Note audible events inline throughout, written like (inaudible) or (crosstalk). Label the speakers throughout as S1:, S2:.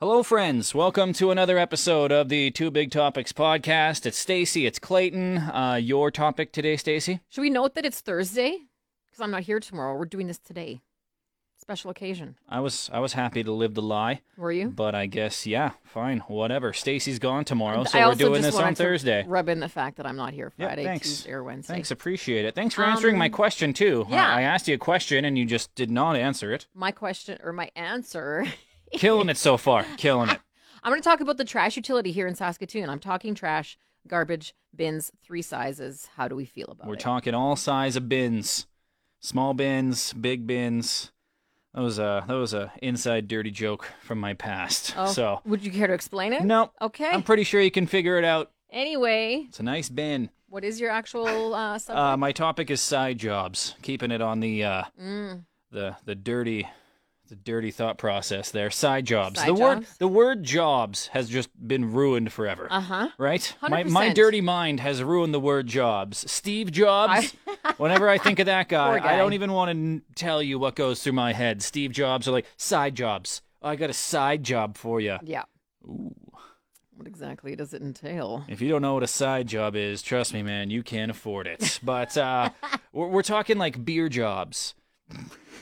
S1: Hello, friends. Welcome to another episode of the Two Big Topics podcast. It's Stacy. It's Clayton. Uh, your topic today, Stacy.
S2: Should we note that it's Thursday? Because I'm not here tomorrow. We're doing this today. Special occasion.
S1: I was I was happy to live the lie,
S2: Were you?
S1: but I guess yeah, fine, whatever. Stacy's gone tomorrow,
S2: And
S1: so
S2: I
S1: we're
S2: also
S1: doing
S2: just
S1: this on
S2: wanted to
S1: Thursday.
S2: Rub in the fact that I'm not here
S1: Yeah,
S2: Friday,
S1: thanks.
S2: Tuesday, or Wednesday.
S1: Thanks, appreciate it. Thanks for
S2: Um,
S1: answering my question too. I-
S2: yeah.
S1: I, asked you a question and you just did not answer it.
S2: My question or my answer. (laughs)
S1: Killing it so far. Killing it.
S2: I'm going to talk about the trash utility here in Saskatoon. I'm talking trash, garbage, bins, three sizes. How do we feel about
S1: We're
S2: it?
S1: talking all size of bins, small bins, big bins. That was a that was a inside dirty joke from my past.
S2: Oh,
S1: So
S2: would you care to explain it?
S1: no,
S2: Okay.
S1: I'm pretty sure you can figure it out.
S2: anyway,
S1: It's a nice bin.
S2: what is your actual uh, subject?
S1: Uh, my topic is side jobs. Keeping it on the uh,
S2: Mm.
S1: the the dirty the dirty thought process there. Side jobs.
S2: Side
S1: the word
S2: jobs?
S1: the word jobs has just been ruined forever.
S2: Uh huh.
S1: Right? My my
S2: 100%.
S1: dirty mind has ruined the word jobs. Steve Jobs.
S2: (laughs)
S1: Whenever I think of that guy,
S2: Poor
S1: I don't
S2: guy.
S1: even want to n- tell you what goes through my head. Steve Jobs are like side jobs. I got a side job for you.
S2: Yeah. What exactly does it entail?
S1: If you don't know what a side job is, trust me, man, you can't afford
S2: (laughs)
S1: it. But uh, we're, we're talking like beer jobs.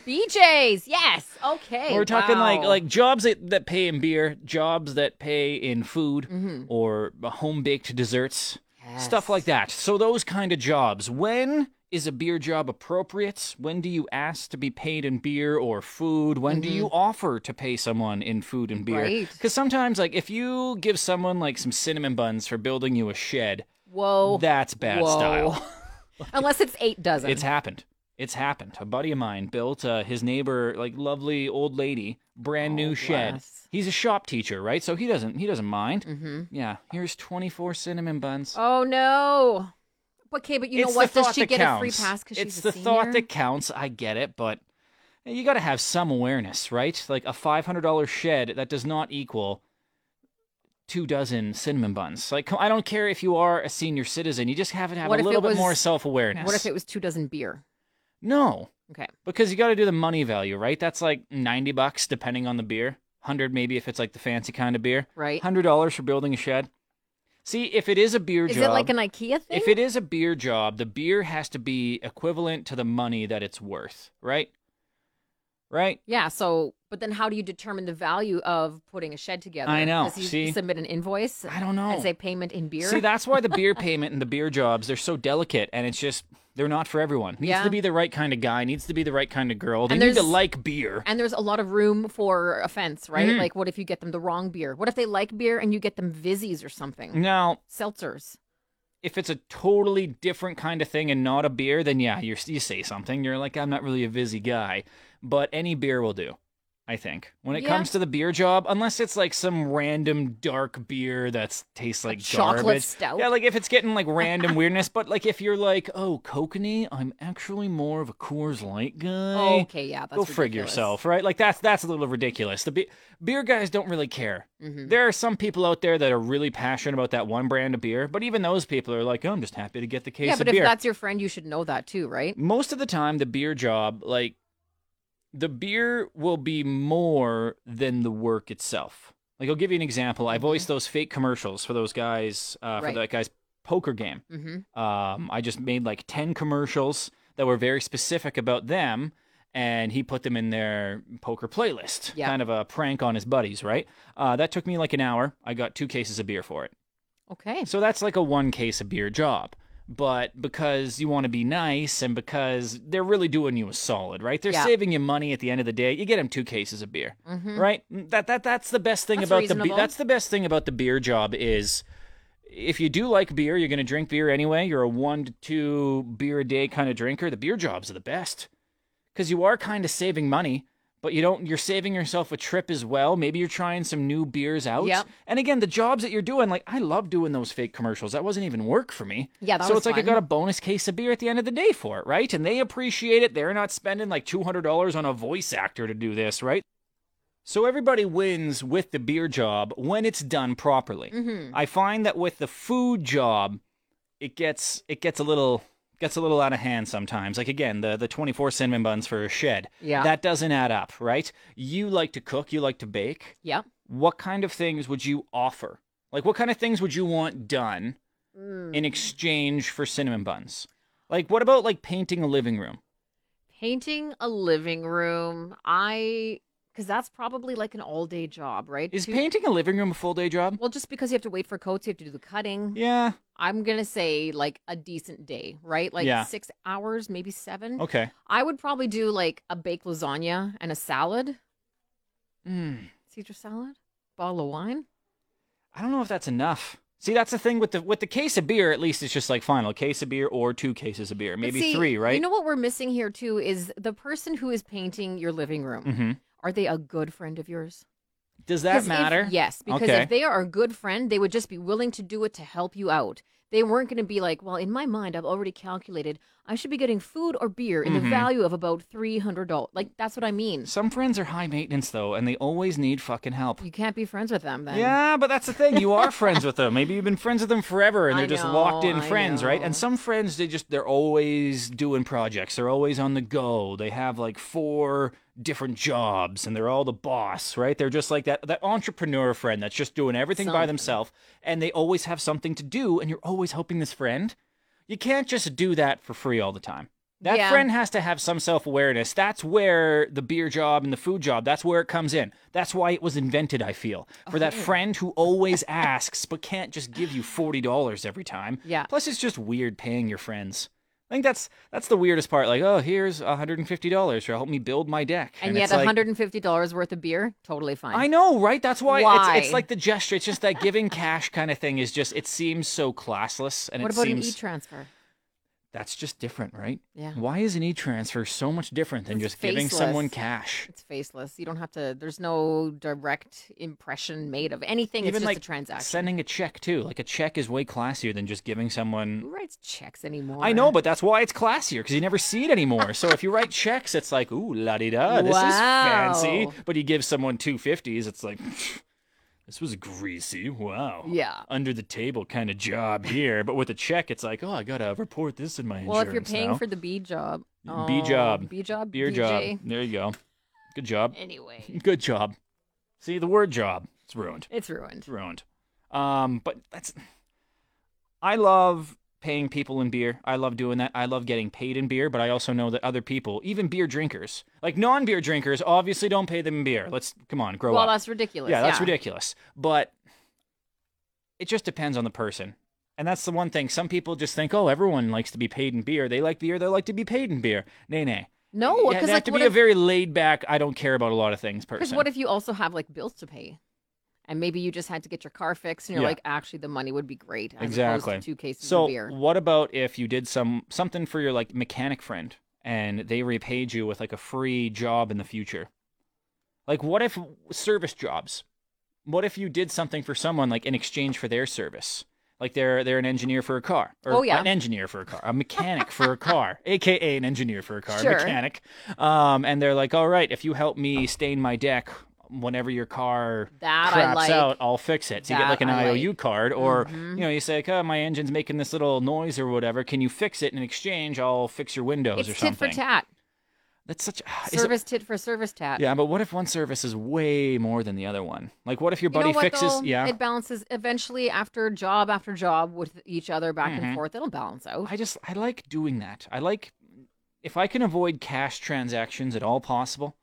S2: BJ's, yes. Okay.
S1: we're talking like
S2: wow.
S1: like jobs that, that pay in beer, jobs that pay in food or home baked desserts, stuff
S2: Mm-hmm. Yes.
S1: like that. So those kind of jobs. When is a beer job appropriate? When do you ask to be paid in beer or food? When do you offer to pay someone in food and beer?
S2: Mm-hmm. Right.
S1: Because sometimes, like, if you give someone like some cinnamon buns for building you a shed,
S2: whoa.
S1: that's bad
S2: Oh, whoa.
S1: style.
S2: (laughs) Unless it's eight dozen.
S1: It's happened. It's happened. A buddy of mine built uh, his neighbor, like lovely old lady, brand new
S2: Oh,
S1: shed.
S2: bless.
S1: He's a shop teacher, right? So he doesn't he doesn't mind.
S2: mm-hmm.
S1: Yeah, here's 24 cinnamon buns.
S2: Oh no. Okay, but you
S1: It's
S2: know what?
S1: the
S2: Does
S1: thought
S2: she
S1: that
S2: get a free
S1: counts.
S2: pass because
S1: It's
S2: she's
S1: the
S2: a senior?
S1: thought that counts. I get it, but you got to have some awareness, right? Like a $500 shed that does not equal two dozen cinnamon buns. Like I don't care if you are a senior citizen, you just have to have
S2: What
S1: a
S2: if
S1: little
S2: it
S1: bit
S2: was-
S1: more self-awareness.
S2: What if it was two dozen beer?
S1: No.
S2: Okay.
S1: Because you got to do the money value, right? That's like 90 bucks depending on the beer. 100 maybe if it's like the fancy kind of beer.
S2: Right.
S1: $100 for building a shed. See, if it is a beer
S2: Is
S1: job,
S2: it like an IKEA thing?
S1: if it is a beer job, the beer has to be equivalent to the money that it's worth, right? Right?
S2: yeah, so but then how do you determine the value of putting a shed together?
S1: I know,
S2: Does he
S1: see?
S2: submit an invoice
S1: I don't know.
S2: and say payment in beer?
S1: See, that's why the
S2: (laughs)
S1: beer payment and the beer jobs, they're so delicate and it's just they're not for everyone. Needs
S2: Yeah.
S1: to be the right kind of guy, needs to be the right kind of girl. They
S2: And
S1: need to
S2: there's-
S1: like beer.
S2: and there's a lot of room for offense, right?
S1: Mm-hmm.
S2: Like what if you get them the wrong beer? What if they like beer and you get them fizzies or something?
S1: Now,
S2: Seltzers.
S1: if it's a totally different kind of thing and not a beer, then yeah, you you say something. You're like, I'm not really a busy guy, but any beer will do. I think when it
S2: Yeah.
S1: comes to the beer job, unless it's like some random dark beer that tastes like
S2: chocolate
S1: garbage.
S2: stout?
S1: Yeah, like if it's getting like
S2: (laughs)
S1: random weirdness, but like if you're like, oh, kokanee, I'm actually more of a Coors Light guy.
S2: okay, yeah, Oh, that's
S1: Go frig
S2: ridiculous.
S1: yourself, right? Like that's that's a little ridiculous. The be- beer guys don't really care.
S2: Mhm.
S1: There are some people out there that are really passionate about that one brand of beer, but even those people are like, "Oh, I'm just happy to get the case
S2: Yeah,
S1: of
S2: but if
S1: beer."
S2: that's your friend, you should know that too, right?
S1: Most of the time, the beer job, like the beer, will be more than the work itself. Like I'll give you an example. I voiced those fake commercials for those guys uh, for
S2: Right.
S1: that guy's poker game.
S2: Mm-hmm.
S1: Um, I just made like 10 commercials that were very specific about them, and he put them in their poker playlist.
S2: Yeah.
S1: Kind of a prank on his buddies, right? Uh, that took me like an hour. I got two cases of beer for it.
S2: Okay.
S1: So that's like a one case of beer job. But because you want to be nice and because they're really doing you a solid, right? They're
S2: Yeah.
S1: saving you money at the end of the day. You get them two cases of beer,
S2: Mhm.
S1: right? That that that's the best thing
S2: That's
S1: about the
S2: reasonable.
S1: be- that's the best thing about the beer job is if you do like beer, you're going to drink beer anyway. You're a one to two beer a day kind of drinker. The beer jobs are the best because you are kind of saving money, but you don't. You're saving yourself a trip as well. Maybe you're trying some new beers out.
S2: Yep.
S1: And again, the jobs that you're doing, like I love doing those fake commercials. That wasn't even work for me.
S2: Yeah, that
S1: so
S2: was
S1: it's like I
S2: fun.
S1: got a bonus case of beer at the end of the day for it, right? And they appreciate it. They're not spending like two hundred dollars on a voice actor to do this, right? So everybody wins with the beer job when it's done properly.
S2: Mm-hmm.
S1: I find that with the food job, it gets it gets a little gets a little out of hand sometimes. Like again, the the 24 cinnamon buns for a shed.
S2: Yeah.
S1: That doesn't add up, right? You like to cook, you like to bake.
S2: yeah.
S1: what kind of things would you offer? Like, what kind of things would you want done
S2: Mm.
S1: in exchange for cinnamon buns? Like, what about like painting a living room?
S2: Painting a living room. I because that's probably like an all day job, right?
S1: Is
S2: Two-
S1: painting a living room a full day job?
S2: well, just because you have to wait for coats, you have to do the cutting.
S1: Yeah.
S2: I'm gonna say like a decent day, right? Like
S1: Yeah. Oh.
S2: six hours, maybe seven.
S1: Okay.
S2: I would probably do like a baked lasagna and a salad,
S1: Mm.
S2: Caesar salad, bottle of wine.
S1: I don't know if that's enough. See, that's the thing with the with the case of beer. At least it's just like final case of beer or two cases of beer,
S2: But
S1: maybe
S2: see,
S1: three, right?
S2: You know what we're missing here too is the person who is painting your living room.
S1: mm-hmm.
S2: Are they a good friend of yours?
S1: Does
S2: 'Cause
S1: that
S2: if-
S1: matter?
S2: yes, because
S1: Okay.
S2: if they are a good friend, they would just be willing to do it to help you out. They weren't going to be like, well, in my mind, I've already calculated I should be getting food or beer in
S1: Mhm.
S2: the value of about three hundred dollars. Like that's what I mean.
S1: Some friends are high maintenance though, and they always need fucking help.
S2: You can't be friends with them then.
S1: Yeah, but that's the thing. You
S2: (laughs)
S1: are friends with them. Maybe you've been friends with them forever, and
S2: I
S1: they're just locked
S2: know,
S1: in
S2: I
S1: friends, right? And
S2: know.
S1: some friends, they just they're always doing projects. They're always on the go. They have like four different jobs, and they're all the boss, right? They're just like that that entrepreneur friend that's just doing everything by
S2: Something.
S1: themselves, and they always have something to do, and you're always helping this friend. You can't just do that for free all the time. That
S2: Yeah.
S1: friend has to have some self awareness. That's where the beer job and the food job, that's where it comes in. That's why it was invented, I feel. For that
S2: Okay.
S1: friend who always asks but can't just give you $40 every time.
S2: Yeah.
S1: Plus it's just weird paying your friends. I think that's that's the weirdest part. Like, oh, here's $150 to help me build my deck.
S2: And,
S1: it's
S2: yet,
S1: like,
S2: $150 worth of beer, totally fine.
S1: I know, right? That's why, It's,
S2: Why?
S1: it's like the gesture. It's just that giving cash kind of thing is just it seems so classless and
S2: what
S1: it
S2: about
S1: seems
S2: an e-transfer?
S1: that's just different, right?
S2: Yeah.
S1: Why is an e-transfer so much different than
S2: It's
S1: just giving someone
S2: faceless.
S1: cash?
S2: It's faceless. You don't have to. There's no direct impression made of anything.
S1: Even
S2: it's just
S1: like
S2: a transaction.
S1: Sending a check too. Like a check is way classier than just giving someone
S2: Who writes checks anymore?
S1: I know, but that's why it's classier because you never see it anymore. so if you write checks, it's like, ooh, la di da, this is fancy.
S2: Wow.
S1: But you give someone two fifties, it's like, (laughs) this was greasy. Wow.
S2: Yeah.
S1: Under the table kind of job here. But with a check, it's like, oh, I gotta report this in my
S2: Well,
S1: insurance
S2: if you're paying
S1: now.
S2: for the B job, oh,
S1: B job.
S2: B job,
S1: beer
S2: BJ.
S1: job, there you go. Good job. (laughs)
S2: Anyway,
S1: Good job. See the word job, it's ruined.
S2: it's ruined.
S1: ruined. Um, but that's I love paying people in beer. I love doing that. I love getting paid in beer, but I also know that other people, even beer drinkers, like non-beer drinkers, obviously don't pay them in beer. Let's come on, grow
S2: Well,
S1: up.
S2: that's ridiculous.
S1: yeah, that's ridiculous. But it just depends on the person. And that's the one thing. Some people just think, oh, everyone likes to be paid in beer. They like beer. They like to be paid in beer. Nay, nay.
S2: No,
S1: Yeah,
S2: because
S1: they have
S2: like,
S1: to
S2: what
S1: be a
S2: if,
S1: very laid back, I don't care about a lot of things
S2: because
S1: person.
S2: what if you also have like bills to pay, and maybe you just had to get your car fixed, and you're
S1: Yeah.
S2: like, actually, the money would be great. As opposed
S1: Exactly.
S2: To two cases
S1: So
S2: of beer.
S1: what about if you did some something for your like mechanic friend and they repaid you with like a free job in the future? Like what if service jobs? What if you did something for someone like in exchange for their service? Like they're they're an engineer for a car. Or
S2: Oh, yeah.
S1: an engineer for a car. A mechanic for a
S2: (laughs)
S1: car. AKA an engineer for a car. a
S2: Sure.
S1: Mechanic. Um and they're like, All right, if you help me stain my deck whenever your car
S2: That I
S1: craps
S2: like.
S1: out, I'll fix it. So you get
S2: That
S1: like an
S2: I
S1: IOU card or
S2: Mhm.
S1: you know, you say, like, oh, my engine's making this little noise or whatever. Can you fix it? In exchange, I'll fix your windows
S2: It's
S1: or
S2: tit
S1: something.
S2: for tat.
S1: That's such. is it-
S2: Service tit for service tat.
S1: yeah, but what if one service is way more than the other one? Like, what if your
S2: You
S1: buddy
S2: know what,
S1: fixes?
S2: though?
S1: Yeah,
S2: It balances eventually after job after job with each other back
S1: Mhm.
S2: and forth. It'll balance out.
S1: I just I like doing that. I like if I can avoid cash transactions at all possible.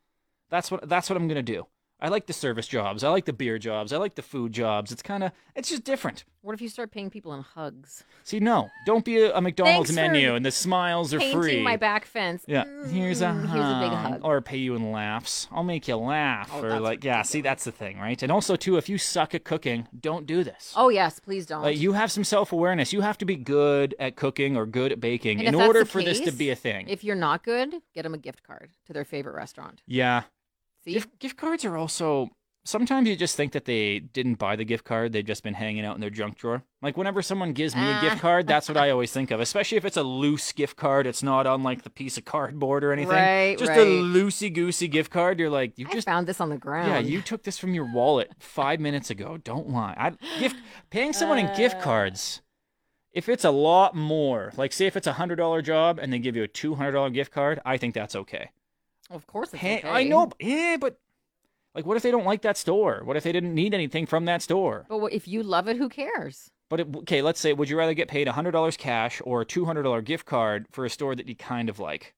S1: That's what that's what I'm gonna do. I like the service jobs. I like the beer jobs. I like the food jobs. It's kind of it's just different.
S2: What if you start paying people in hugs?
S1: See, no, don't be a, a McDonald's
S2: for
S1: menu and the smiles are
S2: Painting
S1: free.
S2: my back fence.
S1: Yeah. Here's a
S2: Mm,
S1: hug.
S2: Here's a big hug.
S1: Or pay you in laughs. I'll make you laugh.
S2: Oh,
S1: or
S2: that's
S1: like, yeah, see, that's the thing, right? And also, too, if you suck at cooking, don't do this.
S2: Oh yes, please don't.
S1: Like, you have some self awareness. You have to be good at cooking or good at baking
S2: And
S1: in
S2: if that's
S1: order
S2: the
S1: for this to
S2: case,
S1: be a thing.
S2: if you're not good, get them a gift card to their favorite restaurant.
S1: yeah.
S2: See,
S1: Gift, gift cards are also. Sometimes you just think that they didn't buy the gift card. They've just been hanging out in their junk drawer. Like, whenever someone gives me a
S2: Ah.
S1: gift card, that's
S2: (laughs)
S1: what I always think of, especially if it's a loose gift card. It's not on like the piece of cardboard or anything.
S2: Right,
S1: just a
S2: right.
S1: loosey goosey gift card. You're like, you
S2: I
S1: just
S2: found this on the ground.
S1: Yeah, you took this from your wallet five minutes ago. Don't lie. I gift paying someone in gift
S2: Uh.
S1: cards. If it's a lot more, like say if it's a hundred dollar job and they give you a two hundred dollar gift card, I think that's okay.
S2: Of course, it's
S1: Pay-
S2: okay.
S1: I know, but- yeah, but Like, what if they don't like that store? What if they didn't need anything from that store?
S2: But what- if you love it, who cares?
S1: But it, okay, let's say, would you rather get paid $100 cash or a $200 gift card for a store that you kind of like?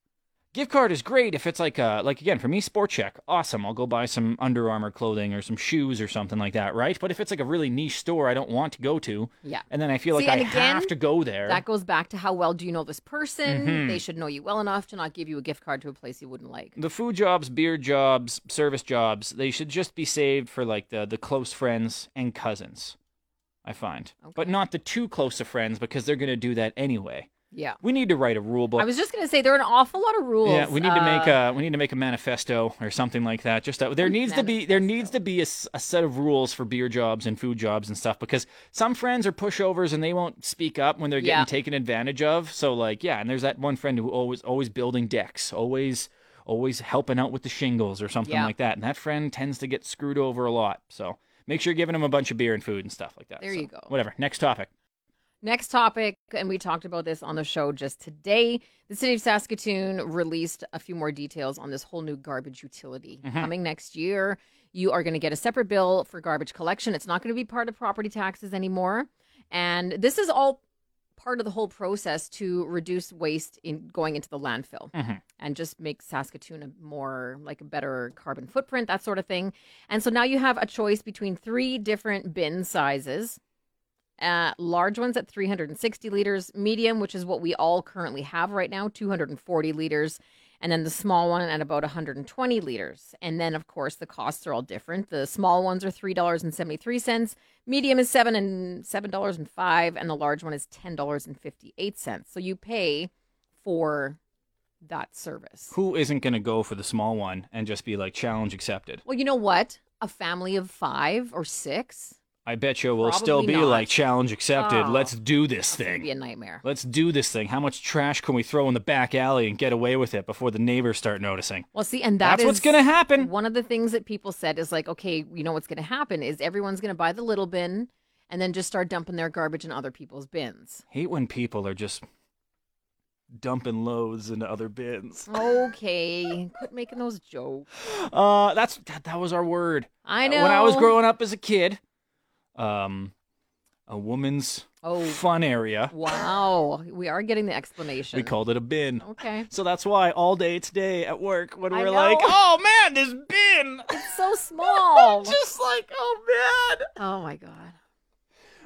S1: Gift card is great if it's like, uh, like again, for me, sport check, awesome. I'll go buy some Under Armour clothing or some shoes or something like that, right? But if it's like a really niche store I don't want to go to,
S2: Yeah.
S1: and then I feel
S2: See,
S1: like I
S2: and again,
S1: have to go there,
S2: That goes back to how well do you know this person?
S1: Mhm.
S2: They should know you well enough to not give you a gift card to a place you wouldn't like.
S1: the food jobs, beer jobs, service jobs, they should just be saved for like the the close friends and cousins. I find, but
S2: Okay.
S1: not the too close of friends because they're going to do that anyway.
S2: Yeah.
S1: We need to write a rule book.
S2: I was just gonna say there are an awful lot of rules.
S1: yeah, we need to make
S2: uh,
S1: a we need to make a manifesto or something like that. Just that there needs to be there needs to be a, s- a set of rules for beer jobs and food jobs and stuff because some friends are pushovers and they won't speak up when they're getting
S2: Yeah.
S1: taken advantage of. So like yeah, and there's that one friend who always always building decks, always always helping out with the shingles or something
S2: Yeah.
S1: like that. And that friend tends to get screwed over a lot. So make sure you're giving them a bunch of beer and food and stuff like that.
S2: Uh, There
S1: So,
S2: you go.
S1: Whatever. Next topic.
S2: Next topic, and we talked about this on the show just today. The city of Saskatoon released a few more details on this whole new garbage utility
S1: Mhm.
S2: coming next year. You are going to get a separate bill for garbage collection. It's not going to be part of property taxes anymore. And this is all part of the whole process to reduce waste in going into the landfill
S1: Mhm.
S2: and just make Saskatoon a more like a better carbon footprint, that sort of thing. And so now you have a choice between three different bin sizes. Uh, large ones at 360 liters, medium, which is what we all currently have right now, 240 liters, and then the small one at about 120 liters. And then, of course, the costs are all different. The small ones are three dollars and seventy three cents, medium is seven and seven dollars and five, and the large one is ten dollars and fifty eight cents. So you pay for that service.
S1: Who isn't going to go for the small one and just be like challenge accepted?
S2: Well, you know what? A family of five or six
S1: I bet you we'll still
S2: Probably
S1: be
S2: not.
S1: like challenge accepted.
S2: Oh.
S1: Let's do this
S2: would be
S1: thing.
S2: a nightmare.
S1: Let's do this thing. How much trash can we throw in the back alley and get away with it before the neighbors start noticing?
S2: Well, see, and
S1: That's
S2: that's
S1: what's gonna happen.
S2: One of the things that people said is like, okay, you know what's going to happen is everyone's going to buy the little bin and then just start dumping their garbage in other people's bins.
S1: Hate when people are just dumping loads into other
S2: Mm.
S1: bins.
S2: Okay, quit making those jokes.
S1: Uh, that's that, that was our word. Uh,
S2: I know.
S1: When I was growing up as a kid, um, a woman's
S2: Oh.
S1: fun area.
S2: Wow, we are getting the explanation.
S1: We called it a bin. (laughs)
S2: okay,
S1: So that's why all day today at work when
S2: I
S1: we're like,
S2: know.
S1: oh man, this bin.
S2: it's
S1: (laughs)
S2: so small.
S1: just like, oh man.
S2: oh my god.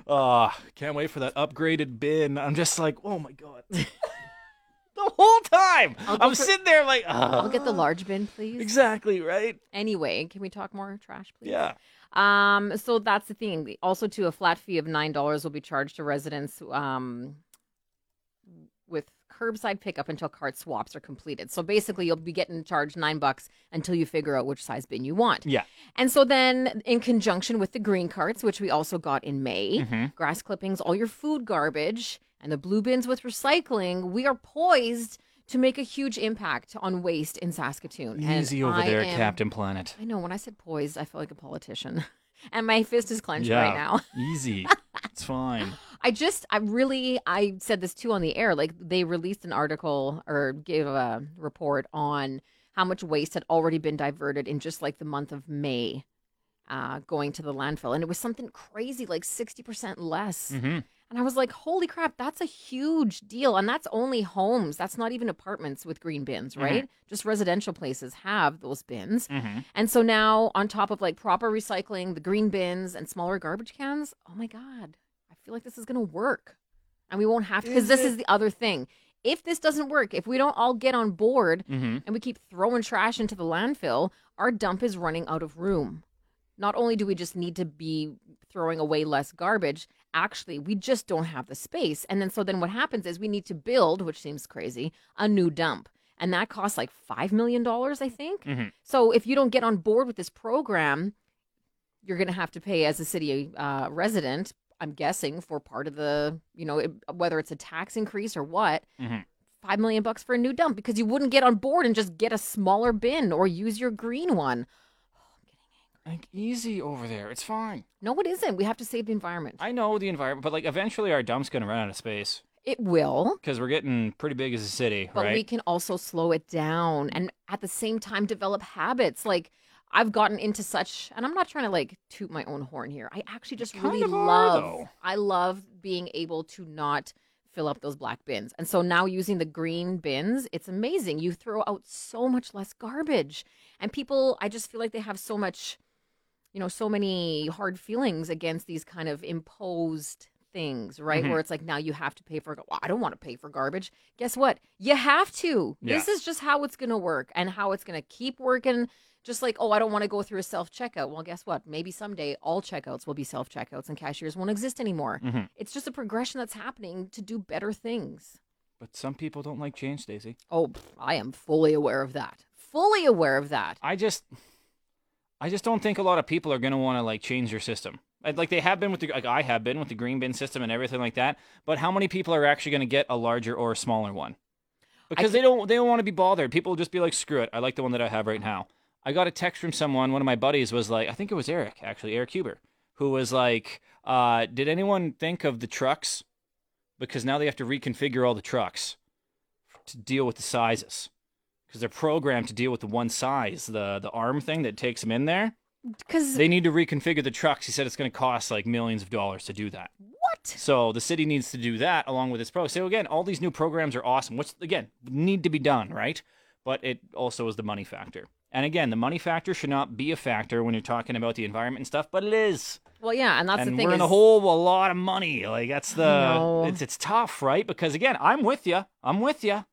S1: Ah, can't wait for that upgraded bin. I'm just like, oh my
S2: (laughs)
S1: god. the whole time.
S2: I'll go
S1: I'm
S2: for-
S1: sitting there like, ah.
S2: I'll get the large bin, please.
S1: Exactly, right?
S2: Anyway, can we talk more trash, please?
S1: Yeah.
S2: Um, so that's the thing. The- Also, to a flat fee of nine dollars will be charged to residents um, with curbside pickup until cart swaps are completed. So basically, you'll be getting charged nine bucks until you figure out which size bin you want.
S1: Yeah.
S2: And so then, in conjunction with the green carts, which we also got in May,
S1: Mhm.
S2: grass clippings, all your food garbage, and the blue bins with recycling, we are poised to make a huge impact on waste in Saskatoon. And
S1: Easy over
S2: I
S1: there,
S2: am-
S1: Captain Planet.
S2: I know. When I said poised, I felt like a politician, (laughs) and my fist is clenched
S1: Yeah.
S2: right now. (laughs)
S1: Easy. it's fine.
S2: I just, I really, I said this too on the air. Like they released an article or gave a report on how much waste had already been diverted in just like the month of May, uh, going to the landfill, and it was something crazy, like sixty percent less.
S1: Mm-hmm.
S2: And I was like, holy crap, that's a huge deal. And that's only homes. That's not even apartments with green bins,
S1: Mhm.
S2: right? Just residential places have those bins.
S1: Mm-hmm.
S2: And so now, on top of like proper recycling, the green bins and smaller garbage cans, oh my God, I feel like this is going to work. And we won't have to, because
S1: Is
S2: this
S1: it?
S2: is the other thing. If this doesn't work, if we don't all get on board
S1: Mm-hmm.
S2: and we keep throwing trash into the landfill, our dump is running out of room. Not only do we just need to be throwing away less garbage, actually, we just don't have the space. And then so then what happens is we need to build, which seems crazy, a new dump. And that costs like $5 million, I think.
S1: Mhm.
S2: So if you don't get on board with this program, you're going to have to pay as a city uh, resident, I'm guessing, for part of the, you know, it, whether it's a tax increase or what five million bucks for a new dump because you wouldn't get on board and just get a smaller bin or use your green one.
S1: Like easy over there. It's fine.
S2: No, it isn't. We have to save the environment.
S1: I know the environment, but like eventually our dump's gonna run out of space
S2: It will,
S1: because we're getting pretty big as a city,
S2: but
S1: right?
S2: we can also slow it down and at the same time develop habits like I've gotten into such, and I'm not trying to like toot my own horn here. I actually just
S1: kind
S2: really
S1: of are,
S2: love,
S1: though.
S2: I love being able to not fill up those black bins. And so now using the green bins, it's amazing. You throw out so much less garbage. And people, I just feel like they have so much, you know, so many hard feelings against these kind of imposed things, right?
S1: Mhm.
S2: Where it's like now you have to pay for, well, I don't want to pay for garbage. Guess what? You have to. This is just how it's going to work and how it's going to keep working just like oh i don't want to go through a self checkout well guess what maybe someday all checkouts will be self checkouts and cashiers won't exist anymore
S1: Mhm.
S2: it's just a progression that's happening to do better things
S1: But some people don't like change, Stacey.
S2: oh pff, i am fully aware of that fully aware of that
S1: I just, I just don't think a lot of people are gonna want to like change their system. I'd- Like they have been with the, like I have been with the green bin system and everything like that. But how many people are actually gonna get a larger or a smaller one? Because they don't, they don't want to be bothered. People just be like, screw it. I like the one that I have right now. I got a text from someone. One of my buddies was like, I think it was Eric actually, Eric Huber, who was like, uh, did anyone think of the trucks? Because now they have to reconfigure all the trucks to deal with the sizes because they're programmed to deal with the one size, the the arm thing that takes them in there.
S2: because
S1: They need to reconfigure the trucks. He said it's going to cost like millions of dollars to do that.
S2: what
S1: So the city needs to do that along with its pro. So again, all these new programs are awesome, which again need to be done, right? But it also is the money factor. And again, the money factor should not be a factor when you're talking about the environment and stuff, but it is.
S2: well yeah and that's
S1: and
S2: the thing
S1: we're in
S2: is,
S1: a whole a lot of money. Like that's the
S2: know.
S1: it's it's tough, right? Because again, I'm with you. I'm with you.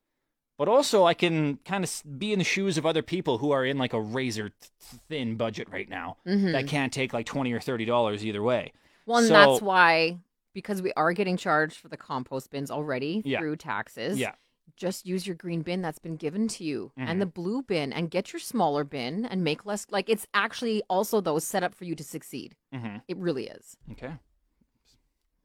S1: But also, I can kind of be in the shoes of other people who are in like a razor th- thin budget right now
S2: Mhm.
S1: that can't take like twenty or thirty dollars either way.
S2: well and
S1: so-
S2: that's why because we are getting charged for the compost bins already
S1: Yeah.
S2: through taxes
S1: Yeah.
S2: just use your green bin that's been given to you
S1: Mhm.
S2: and the blue bin and get your smaller bin and make less like it's actually also though set up for you to succeed
S1: hmm
S2: it really is
S1: Okay.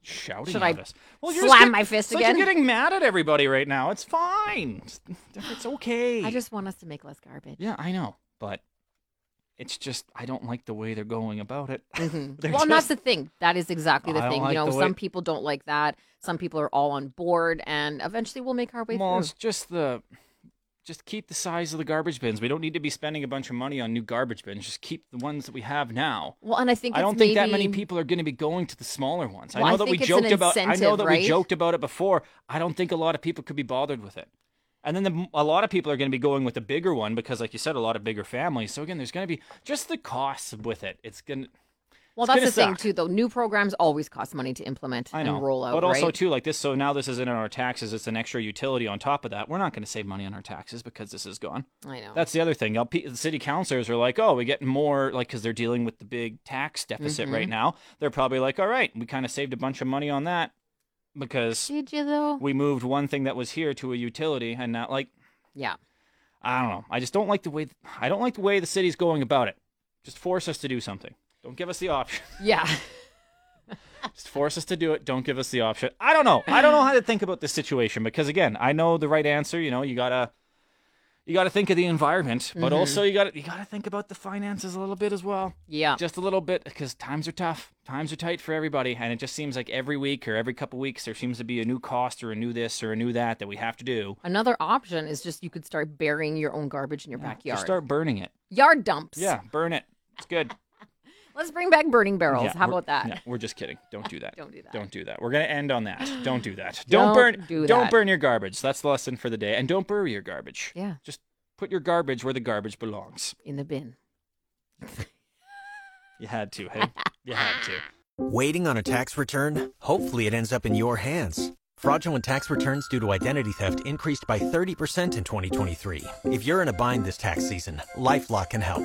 S1: Shouting
S2: Should
S1: at
S2: I
S1: us. Well, just
S2: slam
S1: get-
S2: my fist
S1: it's like
S2: again
S1: you're getting mad at everybody right now. It's fine. It's- It's okay.
S2: i just want us to make less garbage
S1: yeah, I know, but it's just I don't like the way they're going about it. (laughs)
S2: Mhm.
S1: They're
S2: well and
S1: just-
S2: that's the thing that is exactly the
S1: I don't
S2: thing
S1: like
S2: you know
S1: the way-
S2: some people don't like that some people are all on board and eventually we'll make our way
S1: well,
S2: through
S1: it's just the just keep the size of the garbage bins. We don't need to be spending a bunch of money on new garbage bins. Just keep the ones that we have now.
S2: well and i think
S1: I
S2: it's
S1: don't think that
S2: maybe-
S1: many people are going to be going to the smaller ones.
S2: Well,
S1: I
S2: I
S1: know that we
S2: think it's an
S1: joked about. I know
S2: incentive,
S1: that we
S2: right?
S1: joked about it before. I don't think a lot of people could be bothered with it. And then the, a lot of people are going to be going with the bigger one because, like you said, a lot of bigger families. So again, there's going to be just the costs with it. It's going. to
S2: well
S1: it's
S2: that's
S1: gonna
S2: the thing
S1: suck.
S2: too though new programs always cost money to implement
S1: I know.
S2: and roll out
S1: but also
S2: right?
S1: too like this. So now this isn't in our taxes. It's an extra utility on top of that. We're not going to save money on our taxes because this is gone.
S2: i know
S1: That's the other thing. Now, pe- The city councilors are like, oh, we get more, like, because they're dealing with the big tax deficit right now. They're probably like, all right, we kind of saved a bunch of money on that because
S2: did you though
S1: we moved one thing that was here to a utility and not like,
S2: yeah
S1: I don't know. I just don't like the way, I don't like the way the city's going about it. Just force us to do something. Don't give us the option.
S2: yeah (laughs)
S1: Just force us to do it. Don't give us the option. I don't know. I don't know how to think about this situation because again, I know the right answer. You know, you gotta you gotta think of the environment, but also you gotta you gotta think about the finances a little bit as well.
S2: Mm-hmm. yeah
S1: Just a little bit because times are tough. Times are tight for everybody, and it just seems like every week or every couple weeks there seems to be a new cost or a new this or a new that that we have to do.
S2: Another option is just you could start burying your own garbage in your backyard.
S1: Just start burning it.
S2: Yard dumps.
S1: Yeah, burn it. It's good.
S2: Let's bring back burning barrels.
S1: Yeah,
S2: How
S1: we're-
S2: about that?
S1: yeah, we're just kidding. Don't do that.
S2: Don't do that.
S1: Don't do that. We're gonna end on
S2: (gasps)
S1: that. Don't do that. Don't,
S2: Don't
S1: burn.
S2: do
S1: not
S2: that.
S1: burn your garbage. That's the lesson for the day. And don't bury your garbage.
S2: Yeah,
S1: Just put your garbage where the garbage belongs.
S2: in the bin.
S1: You had to.
S2: (laughs)
S1: Hey, you had to.
S3: Waiting on a tax return? Hopefully, it ends up in your hands. Fraudulent tax returns due to identity theft increased by 30% in 2023. If you're in a bind this tax season, LifeLock can help.